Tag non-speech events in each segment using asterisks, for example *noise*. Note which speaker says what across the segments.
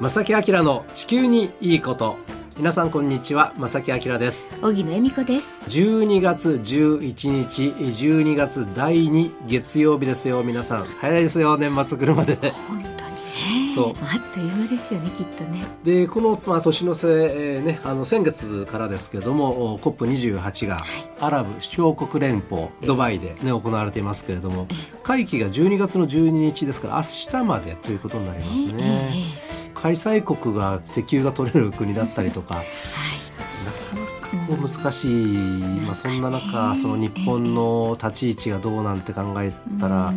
Speaker 1: 正木明の地球にいいこと皆さんこんにちは正木明です
Speaker 2: 小木野恵美子です
Speaker 1: 12月11日12月第2月曜日ですよ皆さん早いですよ年末車で *laughs*
Speaker 2: 本当にね
Speaker 1: そう
Speaker 2: あっという間ですよねきっとね
Speaker 1: でこの、まあ、年の瀬、えーね、あの先月からですけどもお COP28 がアラブ首長国連邦ドバイで、ね、行われていますけれども会期が12月の12日ですから明日までということになりますね。開催国が石油が取れる国だったりとかなかなかこう難しい、まあ、そんな中その日本の立ち位置がどうなんて考えたら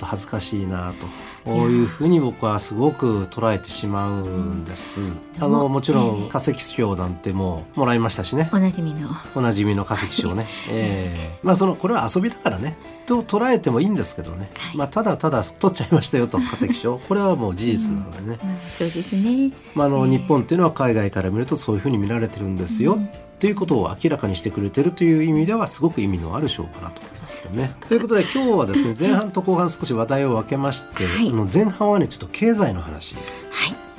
Speaker 1: 恥ずかしいなと。こういうふうに僕はすごく捉えてしまうんです。あのもちろん化石賞なんてもうもらいましたしね。
Speaker 2: おなじみの
Speaker 1: おなじみの化石賞 *laughs* ね。ええまあそのこれは遊びだからねと捉えてもいいんですけどね。まあただただ取っちゃいましたよと化石賞これはもう事実なのでね。
Speaker 2: うんそうですね
Speaker 1: まあ、あの日本っていうのは海外から見るとそういうふうに見られてるんですよ、ということを明らかにしてくれてるという意味ではすごく意味のある賞かなと思いますけどね。ということで今日はですね前半と後半少し話題を分けまして、
Speaker 2: はい
Speaker 1: あの前半はねちょっと経済の話
Speaker 2: は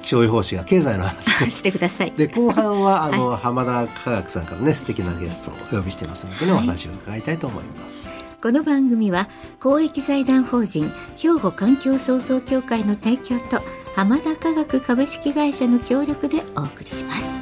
Speaker 1: 気象予報士が経済の話 *laughs*
Speaker 2: いしてください
Speaker 1: で後半はあの、浜田科学さんからね素敵なゲストをお呼びしてますので、ね、お話を伺いたいと思います。
Speaker 2: この番組は公益財団法人兵庫環境創造協会の提供と浜田科学株式会社の協力でお送りします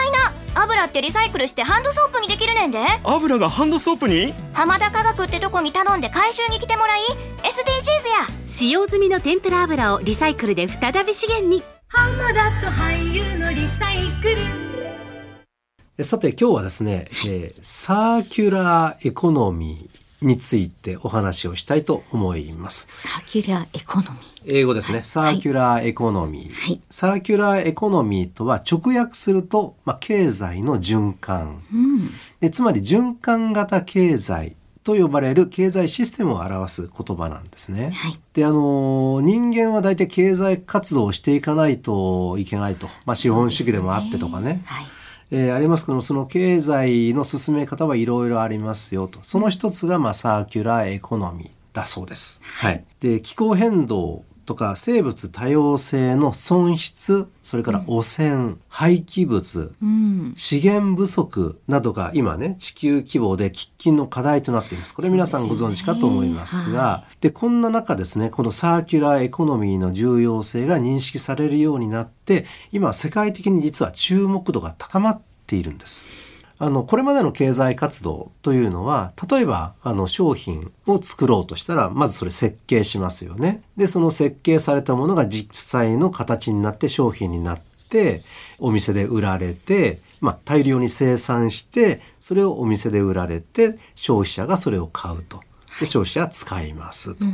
Speaker 3: いな油ってリサイクルしてハンドソープにできるねんで
Speaker 4: 油がハンドソープに
Speaker 3: 浜田科学ってとこに頼んで回収に来てもらい SDGs や
Speaker 5: 使用済みの天ぷら油をリサイクルで再び資源に浜田と俳優のリサイクル
Speaker 1: えさて今日はですね、えーサーキュラーエコノミーについてお話をしたいと思います。
Speaker 2: サーキュラーエコノミー
Speaker 1: 英語ですね。サーキュラーエコノミー。
Speaker 2: はい
Speaker 1: サーキュラーエコノミーとは直訳すると、まあ、経済の循環、で。つまり循環型経済と呼ばれる経済システムを表す言葉なんですね。
Speaker 2: はい
Speaker 1: で、あのー人間は大体経済活動をしていかないといけないと。まあ、資本主義でもあってとかね。
Speaker 2: はい
Speaker 1: えーありますけどもその経済の進め方はいろいろありますよとその一つが、まあ、サーキュラーエコノミーだそうです。はい、で気候変動とか生物多様性の損失それから汚染、廃棄物、資源不足などが今ね地球規模で喫緊の課題となっています。これ皆さんご存知かと思いますがでこんな中ですねこのサーキュラーエコノミーの重要性が認識されるようになって今世界的に実は注目度が高まっているんです。あのこれまでの経済活動というのは例えばあの商品を作ろうとしたらまずそれ設計しますよね。でその設計されたものが実際の形になって商品になってお店で売られて、まあ、大量に生産してそれをお店で売られて消費者がそれを買うと。で消費者は使いますと。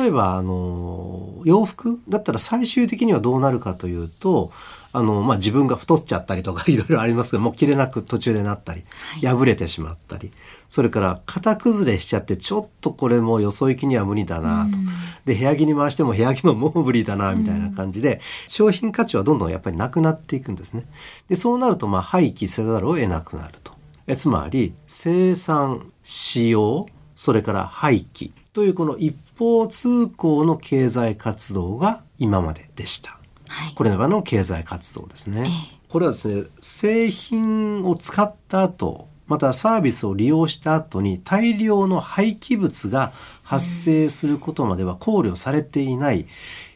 Speaker 1: 例えばあの洋服だったら最終的にはどうなるかというとあの、まあ、自分が太っちゃったりとか *laughs* いろいろありますがもう着れなく途中でなったり破れてしまったり、それから型崩れしちゃってちょっとこれもうよそ行きには無理だなと、で部屋着に回しても部屋着ももう無理だなみたいな感じで、商品価値はどんどんやっぱりなくなっていくんですね。でそうなるとまあ廃棄せざるを得なくなると。えつまり生産使用それから廃棄というこの一方通行の経済活動が今まででした。
Speaker 2: はい
Speaker 1: これらの経済活動ですね。これはですね製品を使った後またサービスを利用した後に大量の廃棄物が発生することまでは考慮されていない、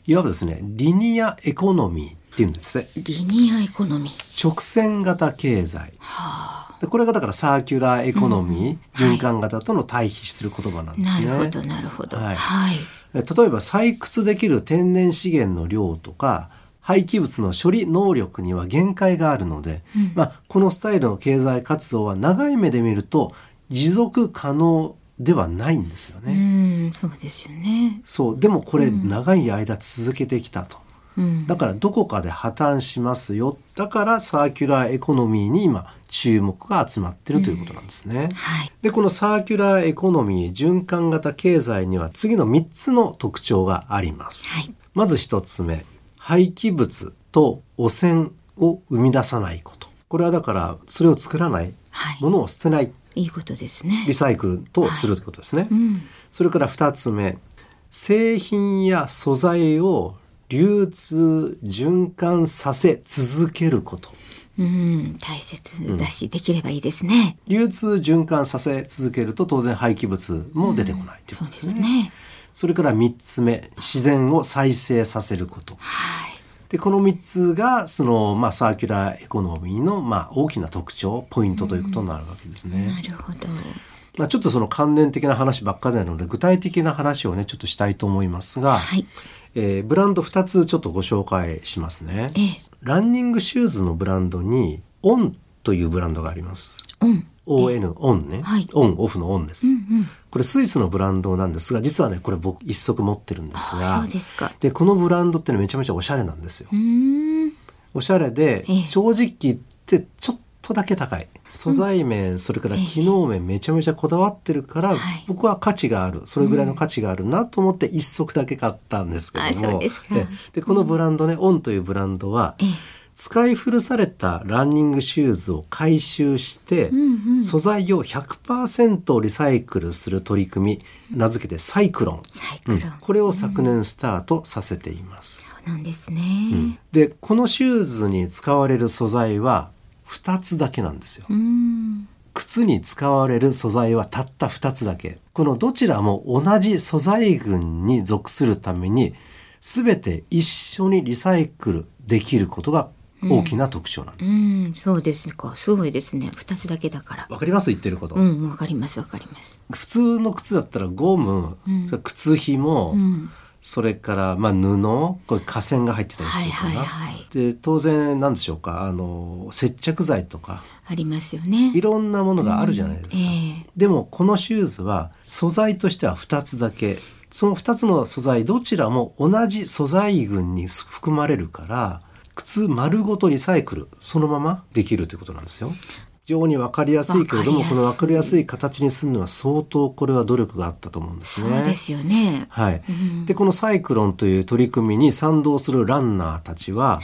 Speaker 1: いわばですねリニアエコノミーっていうんですね
Speaker 2: リニアエコノミー
Speaker 1: 直線型経済、でこれがだからサーキュラーエコノミー、循環型との対比する言葉なんで
Speaker 2: な
Speaker 1: すね。
Speaker 2: るほどなるほど
Speaker 1: はい
Speaker 2: はい
Speaker 1: 例えば採掘できる天然資源の量とか廃棄物の処理能力には限界があるので、まあ、このスタイルの経済活動は長い目で見ると持続可能ではないんですよね。
Speaker 2: うん
Speaker 5: うん、そうですよね。
Speaker 1: そうでもこれ長い間続けてきたと、
Speaker 5: うん、
Speaker 1: だからどこかで破綻しますよだからサーキュラーエコノミーに今注目が集まってるということなんですね。
Speaker 5: はい。
Speaker 1: でこのサーキュラーエコノミー循環型経済には次の3つの特徴があります。
Speaker 5: はい。
Speaker 1: まず1つ目廃棄物と汚染を生み出さないことこれはだからそれを作らない
Speaker 5: はい。
Speaker 1: ものを捨てない
Speaker 5: いいことですね
Speaker 1: リ。サイクルとするということですね。
Speaker 5: うん。
Speaker 1: それから2つ目製品や素材を流通循環させ続けること
Speaker 5: うん、大切だし、できればいいですね。
Speaker 1: 流通循環させ続けると当然廃棄物も出てこないというこ
Speaker 5: そう
Speaker 1: と
Speaker 5: で
Speaker 1: です
Speaker 5: す
Speaker 1: ね。
Speaker 5: ね。
Speaker 1: それから3つ目自然を再生させること
Speaker 5: はい。
Speaker 1: でこの3つがその、まあ、サーキュラーエコノミーの、まあ、大きな特徴ポイントということになるわけですね。
Speaker 5: なるほど。
Speaker 1: まあ、ちょっとその関連的な話ばっかりなので具体的な話をねちょっとしたいと思いますが、
Speaker 5: はい。
Speaker 1: えーブランド2つちょっとご紹介しますね。
Speaker 5: ええ、
Speaker 1: ランニングシューズのブランドにオンというブランドがあります。
Speaker 5: うん。
Speaker 1: ON オンね、
Speaker 5: はい
Speaker 1: オンオフのオンです、
Speaker 5: うんうん。
Speaker 1: これスイスのブランドなんですが実はねこれ僕一足持ってるんです
Speaker 5: あ
Speaker 1: が
Speaker 5: そうですか。
Speaker 1: でこのブランドってのめちゃめちゃおしゃれなんですよ
Speaker 5: うーん。
Speaker 1: おしゃれで、
Speaker 5: ええ
Speaker 1: 正直言ってちょっとだけ高い素材面、それから
Speaker 5: ええ
Speaker 1: 機能面めちゃめちゃこだわってるから、
Speaker 5: はい
Speaker 1: 僕は価値があるそれぐらいの価値があるなと思って一足だけ買ったんですけ
Speaker 5: あ
Speaker 1: ど
Speaker 5: そう
Speaker 1: も
Speaker 5: ですか
Speaker 1: ええでこのブランドね、オンというブランドは
Speaker 5: ええ。
Speaker 1: 使い古されたランニングシューズを回収して、
Speaker 5: うんうん。
Speaker 1: 素材を100%リサイクルする取り組み名付けてサイクロン、
Speaker 5: サイク
Speaker 1: う
Speaker 5: ロ
Speaker 1: ん
Speaker 5: ン。
Speaker 1: これを昨年スタートさせています、
Speaker 5: そうなんですね。
Speaker 1: でこのシューズに使われる素材は2つだけなんですよ
Speaker 5: うん。
Speaker 1: 靴に使われる素材はたった2つだけこのどちらも同じ素材群に属するために全て一緒にリサイクルできることが大きな特徴なんです、
Speaker 5: うん、そうですか。すごいですね。二つだけだから。
Speaker 1: わかります言ってること、
Speaker 5: うん、わかります、わかります。
Speaker 1: 普通の靴だったらゴム、
Speaker 5: うん
Speaker 1: それから靴ひも、
Speaker 5: うん。
Speaker 1: それからまあ布これ化繊が入ってたり
Speaker 5: は
Speaker 1: する
Speaker 5: い
Speaker 1: か
Speaker 5: はい
Speaker 1: な、
Speaker 5: はい。
Speaker 1: で当然なんでしょうかあの接着剤とか
Speaker 5: ありますよね。
Speaker 1: いろんなものがあるじゃないですか、
Speaker 5: え
Speaker 1: でもこのシューズは素材としては2つだけその2つの素材どちらも同じ素材群に含まれるから靴丸ごとリサイクルそのままできるということなんですよ。非常に分かりやすいけれども
Speaker 5: わか
Speaker 1: こ
Speaker 5: りやすい
Speaker 1: の分かりやすい形にするのは相当これは努力があったと思うんで
Speaker 5: え
Speaker 1: す
Speaker 5: そ
Speaker 1: ね。
Speaker 5: うですよね。
Speaker 1: はい、
Speaker 5: うん
Speaker 1: でこのサイクロンという取り組みに賛同するランナーたちは
Speaker 5: はい。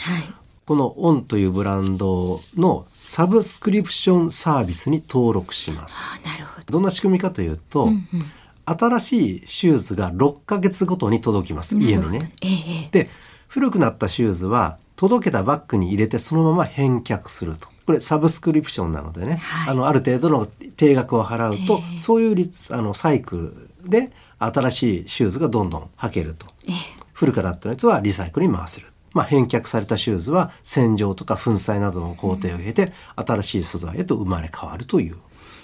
Speaker 1: このオンというブランドのサブスクリプションサービスに登録します。
Speaker 5: あ、なるほど。
Speaker 1: どんな仕組みかというと、
Speaker 5: うんうん。
Speaker 1: 新しいシューズが6ヶ月ごとに届きます家のね。
Speaker 5: ええええ。
Speaker 1: で古くなったシューズは届けたバッグに入れてそのまま返却すると。これサブスクリプションなのでね、
Speaker 5: はい
Speaker 1: あのある程度の定額を払うと、
Speaker 5: ええ
Speaker 1: そういうリあのサイクルで新しいシューズがどんどん履けると。
Speaker 5: ええ。
Speaker 1: 古くなったやつはリサイクルに回せる。まあ、返却されたシューズは洗浄とか粉砕などの工程を経て新しい素材へと生まれ変わるという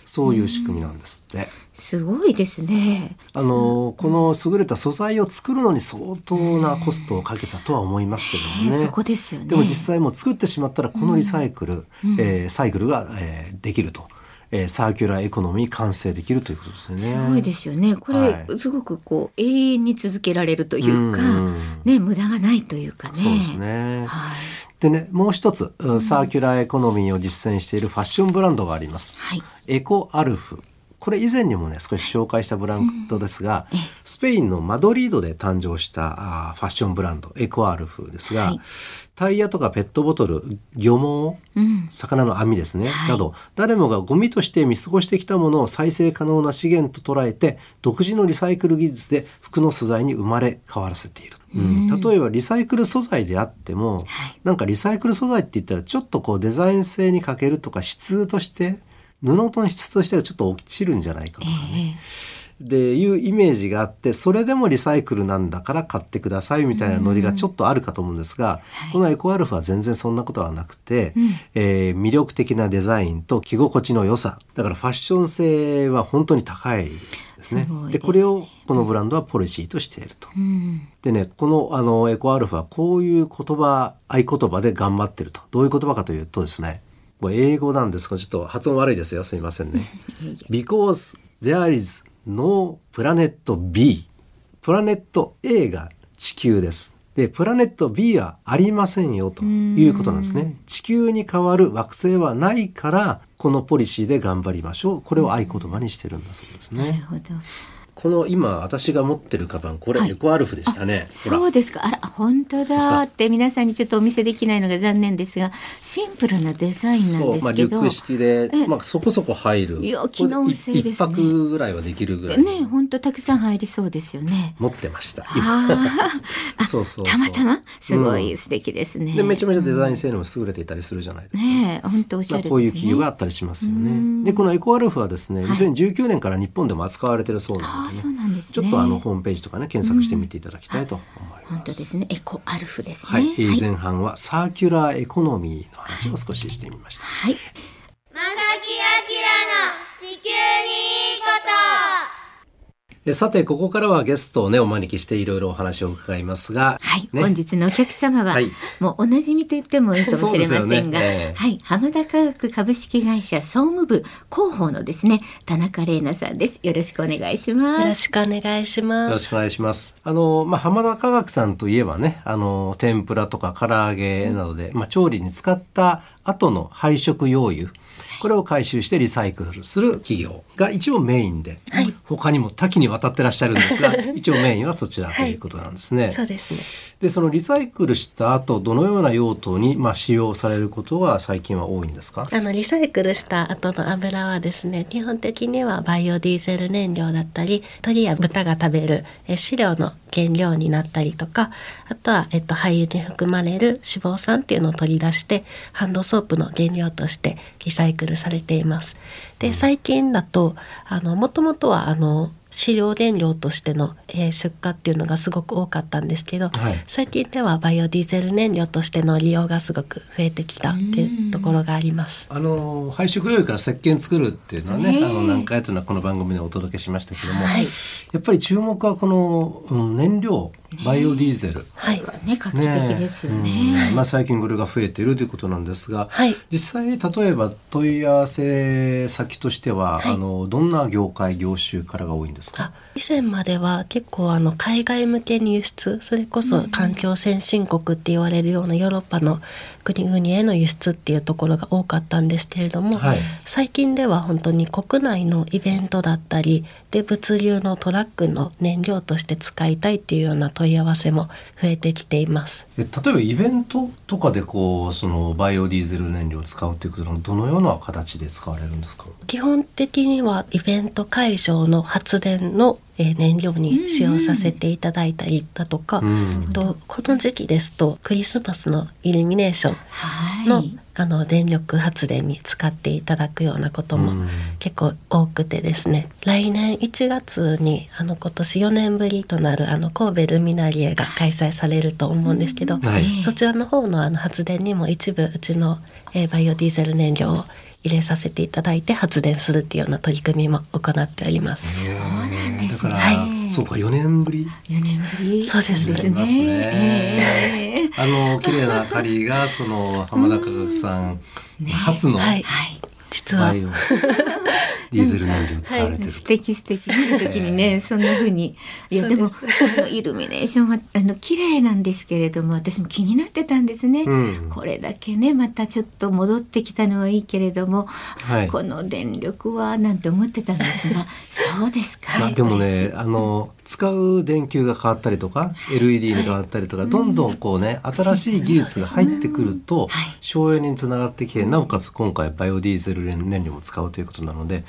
Speaker 1: そういう仕組みなんですって。
Speaker 5: すごいですね。
Speaker 1: あのこの優れた素材を作るのに相当なコストをかけたとは思いますけ
Speaker 5: え
Speaker 1: ど
Speaker 5: え
Speaker 1: もね。
Speaker 5: そこですよね。
Speaker 1: でも実際もう作ってしまったらこのリサイクル、えーサイクルが、えーできると、えーサーキュラーエコノミー完成できるということですよね。
Speaker 5: すごいですよね。これ、
Speaker 1: はい
Speaker 5: すごくこう永遠に続けられるというか、
Speaker 1: うんうん
Speaker 5: ね無駄がないというかね。
Speaker 1: そうですね。
Speaker 5: はい。
Speaker 1: でねもう一つうんサーキュラーエコノミーを実践しているファッションブランドがあります。
Speaker 5: はい。
Speaker 1: エコアルフこれ以前にもね少し紹介したブランドですが、スペインのマドリードで誕生したあーファッションブランドエコアルフですが、
Speaker 5: はい
Speaker 1: タイヤとかペットボトル漁網
Speaker 5: うん。
Speaker 1: 魚の網ですね、
Speaker 5: はい
Speaker 1: など誰もがゴミとして見過ごしてきたものを再生可能な資源と捉えて独自のリサイクル技術で服の素材に生まれ変わらせている、うん例えばリサイクル素材であっても、
Speaker 5: はい
Speaker 1: なんかリサイクル素材って言ったらちょっとこうデザイン性に欠けるとか質として布との質としてはちょっと落ちるんじゃないかとかね、でいうイメージがあってそれでもリサイクルなんだから買ってくださいみたいなノリがちょっとあるかと思うんですが、このエコアルフは全然そんなことはなくて、えー魅力的なデザインと着心地の良さだからファッション性は本当に高いですね
Speaker 5: すごいですね
Speaker 1: でこれをこのブランドはポリシーとしていると。
Speaker 5: うん。
Speaker 1: でねこのあのエコアルフはこういう言葉合言葉で頑張ってるとどういう言葉かというとですねこれ英語なんですがちょっと発音悪いですよすみませんね。Because there is no planet B プラネット A が地球です。で、プラネット B はありませんよということなんですね。地球に代わる惑星はないから、このポリシーで頑張りましょう。これを合言葉にしてるんだそうです
Speaker 2: なる
Speaker 1: ね。
Speaker 2: ほど。
Speaker 1: この今私が持ってるカバン、こ
Speaker 2: は
Speaker 1: れ
Speaker 2: い
Speaker 1: エコアルフでしたね。ほら
Speaker 2: そうですか。あら、本当だって皆さんにちょっとお見せできないのが残念ですが、シンプルなデザインなん
Speaker 1: そう、
Speaker 2: で
Speaker 1: まあ、
Speaker 2: す
Speaker 1: リ
Speaker 2: け
Speaker 1: ュ
Speaker 2: ど。
Speaker 1: ック式で
Speaker 2: え、
Speaker 1: まあ、そこそこ入る。
Speaker 2: いや機能性ですね
Speaker 1: これ一一泊ぐらいはできるぐらい。
Speaker 2: ね、本当たくさん入りそうですよね。
Speaker 1: 持ってました。
Speaker 2: ああ、
Speaker 1: そうそうそう
Speaker 2: たまたますすごい素敵ですね。
Speaker 1: で、めちゃめちゃデザイン性能も優れていたりするじゃないですか。
Speaker 2: ねえ、本当おしゃ
Speaker 1: まあ
Speaker 2: れですね。
Speaker 1: こういう企業があったりしますよ
Speaker 2: うん
Speaker 1: ね。で、このエコアルフはですね、
Speaker 2: い
Speaker 1: 2019年から日本でも扱われてるそうなの
Speaker 2: ああ、
Speaker 1: で、ね
Speaker 2: そうなんですね。
Speaker 1: ちょっとあのホームページとかね、検索してみていただきたいと思い
Speaker 2: 本
Speaker 1: ま
Speaker 2: 当
Speaker 1: す。
Speaker 2: ですね。エコアルフですね。
Speaker 1: はい、えー前半はサーキュラーエコノミーの話を少ししてみました。
Speaker 2: はい。
Speaker 1: えさて、ここからはゲストをね、お招きしていろいろお話を伺いますが、
Speaker 2: はい、
Speaker 1: ね
Speaker 2: 本日のお客様は、
Speaker 1: はい
Speaker 2: もうおなじみと言ってもいいかもしれま
Speaker 1: そうで
Speaker 2: せん
Speaker 1: すよね
Speaker 2: が、
Speaker 1: ええ
Speaker 2: はい、浜田科学株式会社総務部広報のですね、田中玲奈さんです。よろしくお願いし
Speaker 6: よ
Speaker 2: ま
Speaker 6: ろ
Speaker 2: す。
Speaker 6: しくお願いし
Speaker 1: よ
Speaker 6: ま
Speaker 1: ろ
Speaker 6: す。
Speaker 1: しくお願いします。あの、まあ、浜田科学さんといえばね、あの、天ぷらとか唐揚げなどで、まあ、調理に使った後の配色用油。これを回収してリサイクルする企業が一応メインで、他にも多岐にわたってらっしゃるんですが、一応メインはそちらということなんですね。
Speaker 6: そうですね。
Speaker 1: で、そのリサイクルした後、どのような用途に、まあ、使用されることが最近は多いんですか
Speaker 6: あの、リサイクルした後の油はですね、基本的にはバイオディーゼル燃料だったり、鳥や豚が食べるえ飼料の原料になったりとか、あとは、えっと、廃油に含まれる脂肪酸っていうのを取り出して、ハンドソープの原料としてリサイクルされています。で、最近だと、あの、もともとは、あの、飼料原料としての、えー出荷っていうのがすごく多かったんですけど、
Speaker 1: はい
Speaker 6: 最近ではバイオディーゼル燃料としての利用がすごく増えてきたっていうところがあります。
Speaker 1: あの配色用意から石鹸作るっていうのはね
Speaker 2: ねえ
Speaker 1: あの何回というのはこの番組でお届けしましたけども、
Speaker 6: はい
Speaker 1: やっぱり注目はこの、うん燃料バイオディーゼル。
Speaker 6: はい。
Speaker 2: ね、画期的ですよね。
Speaker 1: うんまあ、最近これが増えているということなんですが、
Speaker 6: はい
Speaker 1: 実際例えば問い合わせ先としては、
Speaker 6: はい
Speaker 1: あのどんな業界業種からが多いんですか
Speaker 6: あ以前までは結構あの海外向けに輸出それこそ環境先進国って言われるようなヨーロッパの国々への輸出っていうところが多かったんですけれども、
Speaker 1: はい
Speaker 6: 最近では本当に国内のイベントだったりで物流のトラックの燃料として使いたいっていうような問い合わせも増えてきています。
Speaker 1: え例えばイベントとかでこうそのバイオディーゼル燃料を使うということはどのような形で使われるんですか
Speaker 6: 基本的にはイベント会場の発電のえー燃料に使用させていただいたりだとか、
Speaker 1: ん
Speaker 6: えっと、この時期ですとクリスマスのイルミネーション
Speaker 2: はい。
Speaker 6: の,、あの電力発電に使っていただくようなこと
Speaker 1: うん
Speaker 6: も結構多くてですね、来年1月にあの今年4年ぶりとなるあの神戸ルミナリエが開催されると思うんですけど、
Speaker 1: はい
Speaker 6: そちらの方のあの発電にも一部うちの、えーバイオディーゼル燃料を入れさせていただいて発電するっていうような取り組みも行っております。
Speaker 1: そう
Speaker 2: なんですね
Speaker 1: だから、
Speaker 2: はい
Speaker 1: そうか4年ぶり
Speaker 2: 4年ぶり
Speaker 6: そうですね
Speaker 2: ですね。ええ
Speaker 1: あの綺麗な明かりがその浜田科学さん初の
Speaker 6: はい
Speaker 2: はい。
Speaker 6: 実は
Speaker 1: バイオディーゼル燃料を使われてる
Speaker 2: 素。敵素敵見る時にね、そんな風にいや
Speaker 6: そ
Speaker 2: で
Speaker 6: うで
Speaker 2: も
Speaker 6: す
Speaker 2: このイルミネーションはあの綺麗なんですけれども私も気になってたんですね、
Speaker 1: うん
Speaker 2: これだけねまたちょっと戻ってきたのはいいけれども、
Speaker 1: はい
Speaker 2: この電力はなんて思ってたんで
Speaker 1: *laughs*
Speaker 2: すがそうですか、
Speaker 1: まあ、でも
Speaker 2: 嬉しい
Speaker 1: ねあの使う電球が変わったりとか LED に変わったりとか、どんどんこうね新しい技術が入ってくると
Speaker 2: はい
Speaker 1: 省エネにつながってきてなおかつ今回バイオディーゼル燃料も使うということなので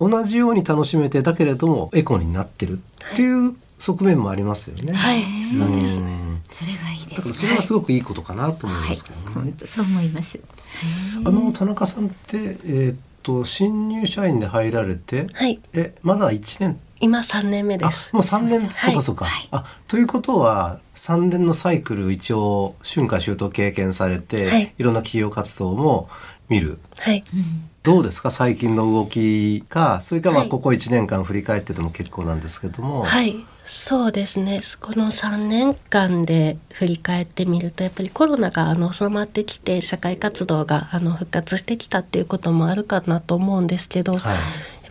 Speaker 1: 同じように楽しめてだけれどもエコになってるっていう側面もありますよね。
Speaker 6: はい、そうです
Speaker 1: う
Speaker 6: ね。
Speaker 1: ん
Speaker 2: それがいいで
Speaker 1: だから
Speaker 2: す
Speaker 1: そ
Speaker 2: ね
Speaker 1: れはすごくいいことかなと思い
Speaker 2: は
Speaker 1: ま
Speaker 2: い
Speaker 1: すけどね。
Speaker 2: 本当そう思います
Speaker 1: あの田中さんって、えーっと新入社員で入られて、
Speaker 6: はい、
Speaker 1: えまだ1年
Speaker 6: 今3年目で
Speaker 1: あ
Speaker 6: す。
Speaker 1: もう3年
Speaker 2: そ
Speaker 1: そう
Speaker 2: う
Speaker 6: そ
Speaker 1: か
Speaker 6: う
Speaker 1: そうか、
Speaker 2: はい
Speaker 1: あということは3年のサイクル一応春夏秋冬経験されて、
Speaker 6: はい
Speaker 1: い、ろんな企業活動も見る
Speaker 6: はい。
Speaker 1: どうですか最近の動きかそれからまあ
Speaker 6: はい
Speaker 1: ここ1年間振り返ってても結構なんですけども、
Speaker 6: はい、そうですね。この3年間で振り返ってみると、やっぱりコロナがあの収まってきて、社会活動があの復活してきたっていうこともあるかなと思うんですけど、
Speaker 1: はい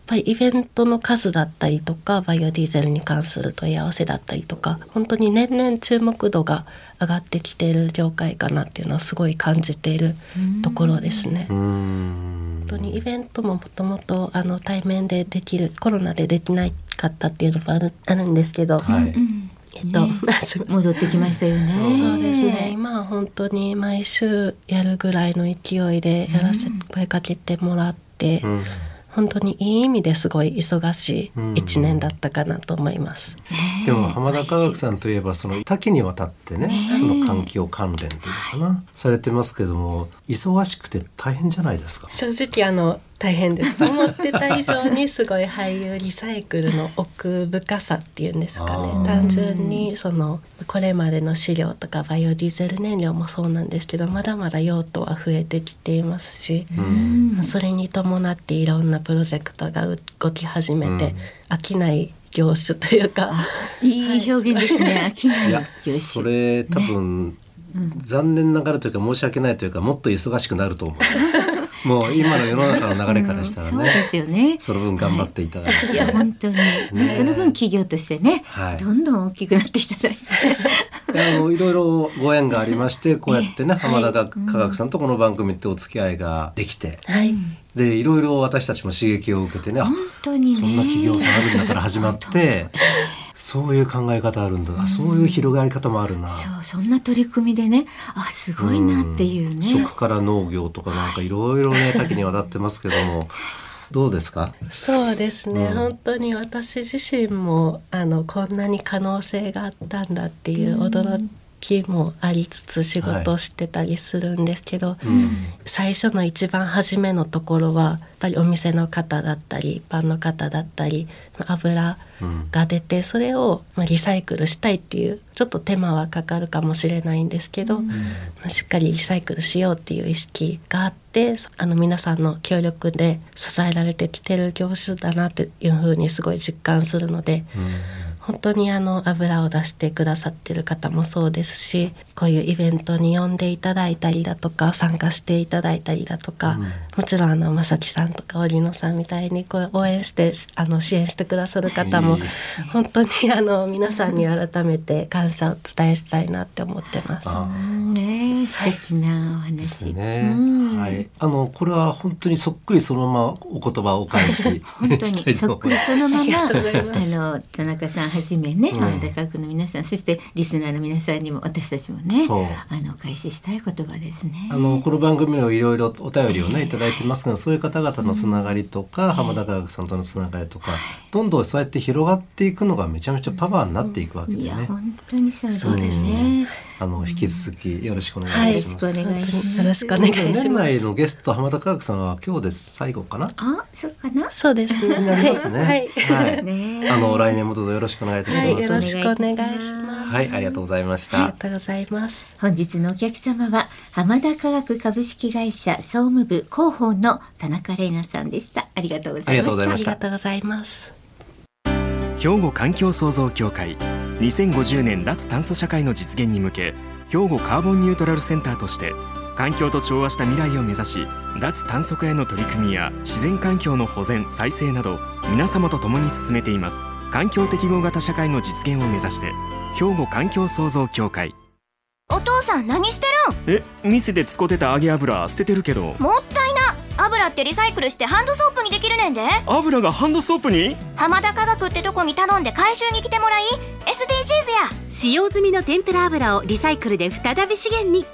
Speaker 6: やっぱりイベントの数だったりとかバイオディーゼルに関する問い合わせだったりとか本当に年々注目度が上がってきている業界かなっていうのはすごい感じているところですね。
Speaker 1: うん
Speaker 6: 本当にイベントももともとあの対面でできるコロナでできなかったっていうのもあるあるんですけど、
Speaker 1: はい
Speaker 2: うん
Speaker 6: えっ *laughs* と、
Speaker 2: ね
Speaker 6: すいません
Speaker 2: 戻ってきましたよね。
Speaker 6: そうですね。今は本当に毎週やるぐらいの勢いでやらせ
Speaker 2: うん
Speaker 6: 声かけてもらって、
Speaker 1: うん
Speaker 6: 本当にいい意味ですごい忙し
Speaker 1: う
Speaker 6: い
Speaker 1: ん
Speaker 6: 一年だったかなと思います。
Speaker 1: でも浜田科学さんといえばその多岐にわたってねその環境関連というのかなされてますけども忙しくて大変じゃないですか。
Speaker 6: 正直あの大変です。思ってた以上にすごい俳優リサイクルの奥深さっていうんですか
Speaker 1: あー
Speaker 6: ね。単純にそのこれまでの資料とかバイオディーゼル燃料もそうなんですけど、まだまだ用途は増えてきていますし。
Speaker 1: うん
Speaker 6: まあそれに伴っていろんなプロジェクトが動き始めて、飽きない業種というか、
Speaker 2: いい表現ですね。飽きないい
Speaker 1: や
Speaker 2: よし。
Speaker 1: それ多分残念ながらというか申し訳ないというかもっと忙しくなると思い
Speaker 2: *laughs*
Speaker 1: ます。もう今の世の中の流れからしたら
Speaker 2: うんそうで
Speaker 1: ね
Speaker 2: すよね。
Speaker 1: その分頑張っていただい
Speaker 2: いや
Speaker 1: て。
Speaker 2: *laughs* 本当に、ね、その分企業としてね、
Speaker 1: はい
Speaker 2: どんどん大きくなっていただいて、
Speaker 1: であのいろいろご縁がありましてこうやってね浜田が科学さんとこの番組ってお付き合いができて
Speaker 6: はい、
Speaker 1: でいろいろ私たちも刺激を受けてねあ
Speaker 2: 本当にね
Speaker 1: そんな企業さんあるんだから始まってそういう考え方あるんだあそういう広がり方もあるな。
Speaker 2: そうそんな取り組みでねあすごいなっていうね、
Speaker 1: うん食から農業とかなんかいろいろね多岐にわたってますけどもどうですか
Speaker 6: そうですね、
Speaker 1: うん
Speaker 6: 本当に私自身もあのこんなに可能性があったんだっていう驚きもありつつ仕事をしてたりするんですけど、最初の一番初めのところはやっぱりお店の方だったり一般の方だったりまあ油が出てそれをまあリサイクルしたいっていうちょっと手間はかかるかもしれないんですけど、まあしっかりリサイクルしようっていう意識があってそあの皆さんの協力で支えられてきてる業種だなっていうふうにすごい実感するので。本当にあの油を出してくださってる方もそうですしこういうイベントに呼んでいただいたりだとか参加していただいたりだとか、もちろんあの正木さんとか織野さんみたいにこう応援してあの支援してくださる方も
Speaker 1: いい
Speaker 6: 本当にあの皆さんに改めて感謝をお伝えしたいなって思ってます。
Speaker 1: あ
Speaker 2: うんね素敵なお
Speaker 1: で
Speaker 2: 話
Speaker 1: すね
Speaker 2: うん
Speaker 1: はいあのこれは本当にそっくりそのままお言葉をお
Speaker 2: *laughs*
Speaker 1: 返し
Speaker 2: 本当
Speaker 1: したい
Speaker 2: に
Speaker 1: と
Speaker 2: そっ
Speaker 1: 思
Speaker 2: く
Speaker 1: い
Speaker 2: り
Speaker 1: ます
Speaker 2: そのままあ
Speaker 6: がとうございます
Speaker 2: の田中さんはじめね
Speaker 1: うん
Speaker 2: 浜田科学の皆さん、そしてリスナーの皆さんにも私たちもね
Speaker 1: そう
Speaker 2: あの開始したい言葉ですね。
Speaker 1: あのこの番組をいろいろお便りをねいただいてますけどそういう方々のつながりとか浜田科学さんとのつながりとかどんどんそうやって広がっていくのがめちゃめちゃパワーになっていくわけで
Speaker 2: い
Speaker 1: ね
Speaker 2: や、本当にそうです
Speaker 1: そうです
Speaker 2: ね
Speaker 1: ね。あの引き続きよろしくお願
Speaker 6: はいい
Speaker 1: します。
Speaker 2: よろしくお願いします
Speaker 6: よろしくお願いし
Speaker 1: 年
Speaker 6: ま
Speaker 1: 内
Speaker 6: す。
Speaker 1: のゲスト浜田科学さんは今日で最後かな。
Speaker 2: あ、そうかな。
Speaker 6: そうですね。
Speaker 1: になりますね。
Speaker 6: はい。
Speaker 1: *laughs* はい
Speaker 2: ね
Speaker 1: あの来年もどうぞよろしくお願いいたし
Speaker 6: は
Speaker 1: ま
Speaker 6: い、
Speaker 1: す。
Speaker 6: よろしくお願いします。
Speaker 1: はい、ありがとうございまし
Speaker 6: ありが
Speaker 1: た。
Speaker 6: とうございます。
Speaker 2: 本日のお客様は浜田科学株式会社総務部広報の田中玲奈さんでした。ありがとうございまし
Speaker 1: ありがとうござい
Speaker 2: た
Speaker 1: ま
Speaker 6: あ
Speaker 1: し。
Speaker 6: りがとうございます。
Speaker 4: 兵庫環境創造協会2050年脱炭素社会の実現に向け兵庫カーボンニュートラルセンターとして環境と調和した未来を目指し脱炭素化への取り組みや自然環境の保全再生など皆様と共に進めています環境適合型社会の実現を目指して兵庫環境創造協会
Speaker 3: お父さん何してるん
Speaker 4: え店で使ってた揚げ油捨ててるけど
Speaker 3: もったいな油ってリサイクルしてハンドソープにできるねんで
Speaker 4: 油がハンドソープに
Speaker 3: 浜田科学ってとこに頼んで回収に来てもらい SDGs や
Speaker 5: 使用済みの天ぷら油をリサイクルで再び資源に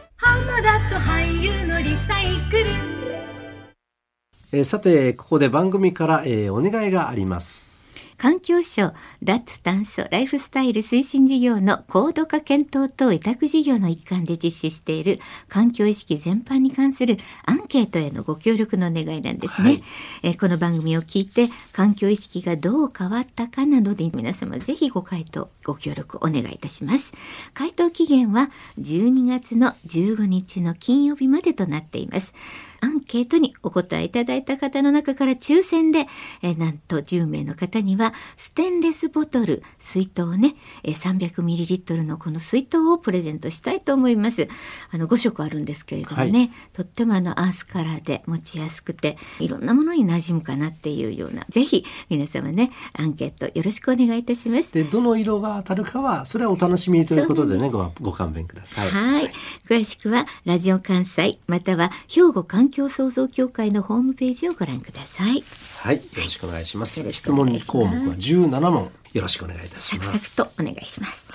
Speaker 1: えーさてここで番組から、えーお願いがあります。
Speaker 2: 環境省脱炭素ライフスタイル推進事業の高度化検討等委託事業の一環で実施している環境意識全般に関するアンケートへのご協力のお願いなんですね、
Speaker 1: はい
Speaker 2: えーこの番組を聞いて環境意識がどう変わったかなどで皆様ぜひご回答ご協力お願いいたします回答期限は12月の15日の金曜日までとなっていますアンケートにお答えいただいた方の中から抽選で、えーなんと10名の方にはステンレスボトル水筒ね、えー、300ml のこの水筒をプレゼントしたいと思います。あの5色あるんですけれどもね、
Speaker 1: は
Speaker 2: とってもあのアースカラーで持ちやすくていろんなものに馴染むかなっていうようなぜひ皆様ねアンケートよろしくお願いいたします。
Speaker 1: でどの色が当たるかはそれはお楽しみということでね
Speaker 2: そ
Speaker 1: ごご勘弁ください。
Speaker 2: はい、詳しくはラジオ関西または兵庫環境創造協会のホームページをご覧ください。
Speaker 1: はい、よろしくお願いします。
Speaker 2: よろし
Speaker 1: 質
Speaker 2: くお願
Speaker 1: 問
Speaker 2: いしま
Speaker 1: 項
Speaker 2: す
Speaker 1: 目は17問よろしくお願いいたし
Speaker 2: サ
Speaker 1: ま
Speaker 2: ク
Speaker 1: す。
Speaker 2: サクとお願いします。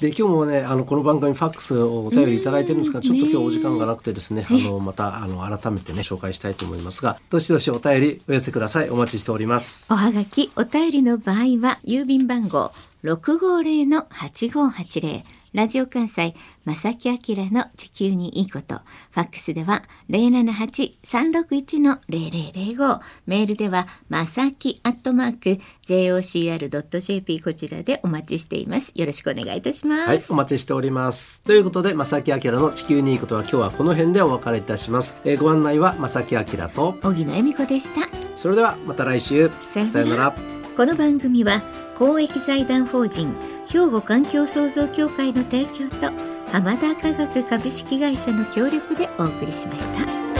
Speaker 1: で今日もねあのこの番組にファックスをお便りいただいてるんですがちょっと今日お時間がなくてですねあのまたあの改めてね紹介したいと思いますがどしどしお便りお寄せくださいお待ちしております
Speaker 2: おはがきお便りの場合は郵便番号650-8580ラジオ関西正木明の地球にいいことファックスでは078-361-0005メールでは正木アットマーク jocr.jp こちらでお待ちしていますよろしくお願いいたします、
Speaker 1: はいお待ちしておりますということで正木明の地球にいいことは今日はこの辺でお別れいたします、えーご案内は正木明と
Speaker 2: 荻野恵美子でした
Speaker 1: それではまた来週
Speaker 2: さようなら
Speaker 1: さようなら
Speaker 2: この番組は公益財団法人兵庫環境創造協会の提供と浜田科学株式会社の協力でお送りしました。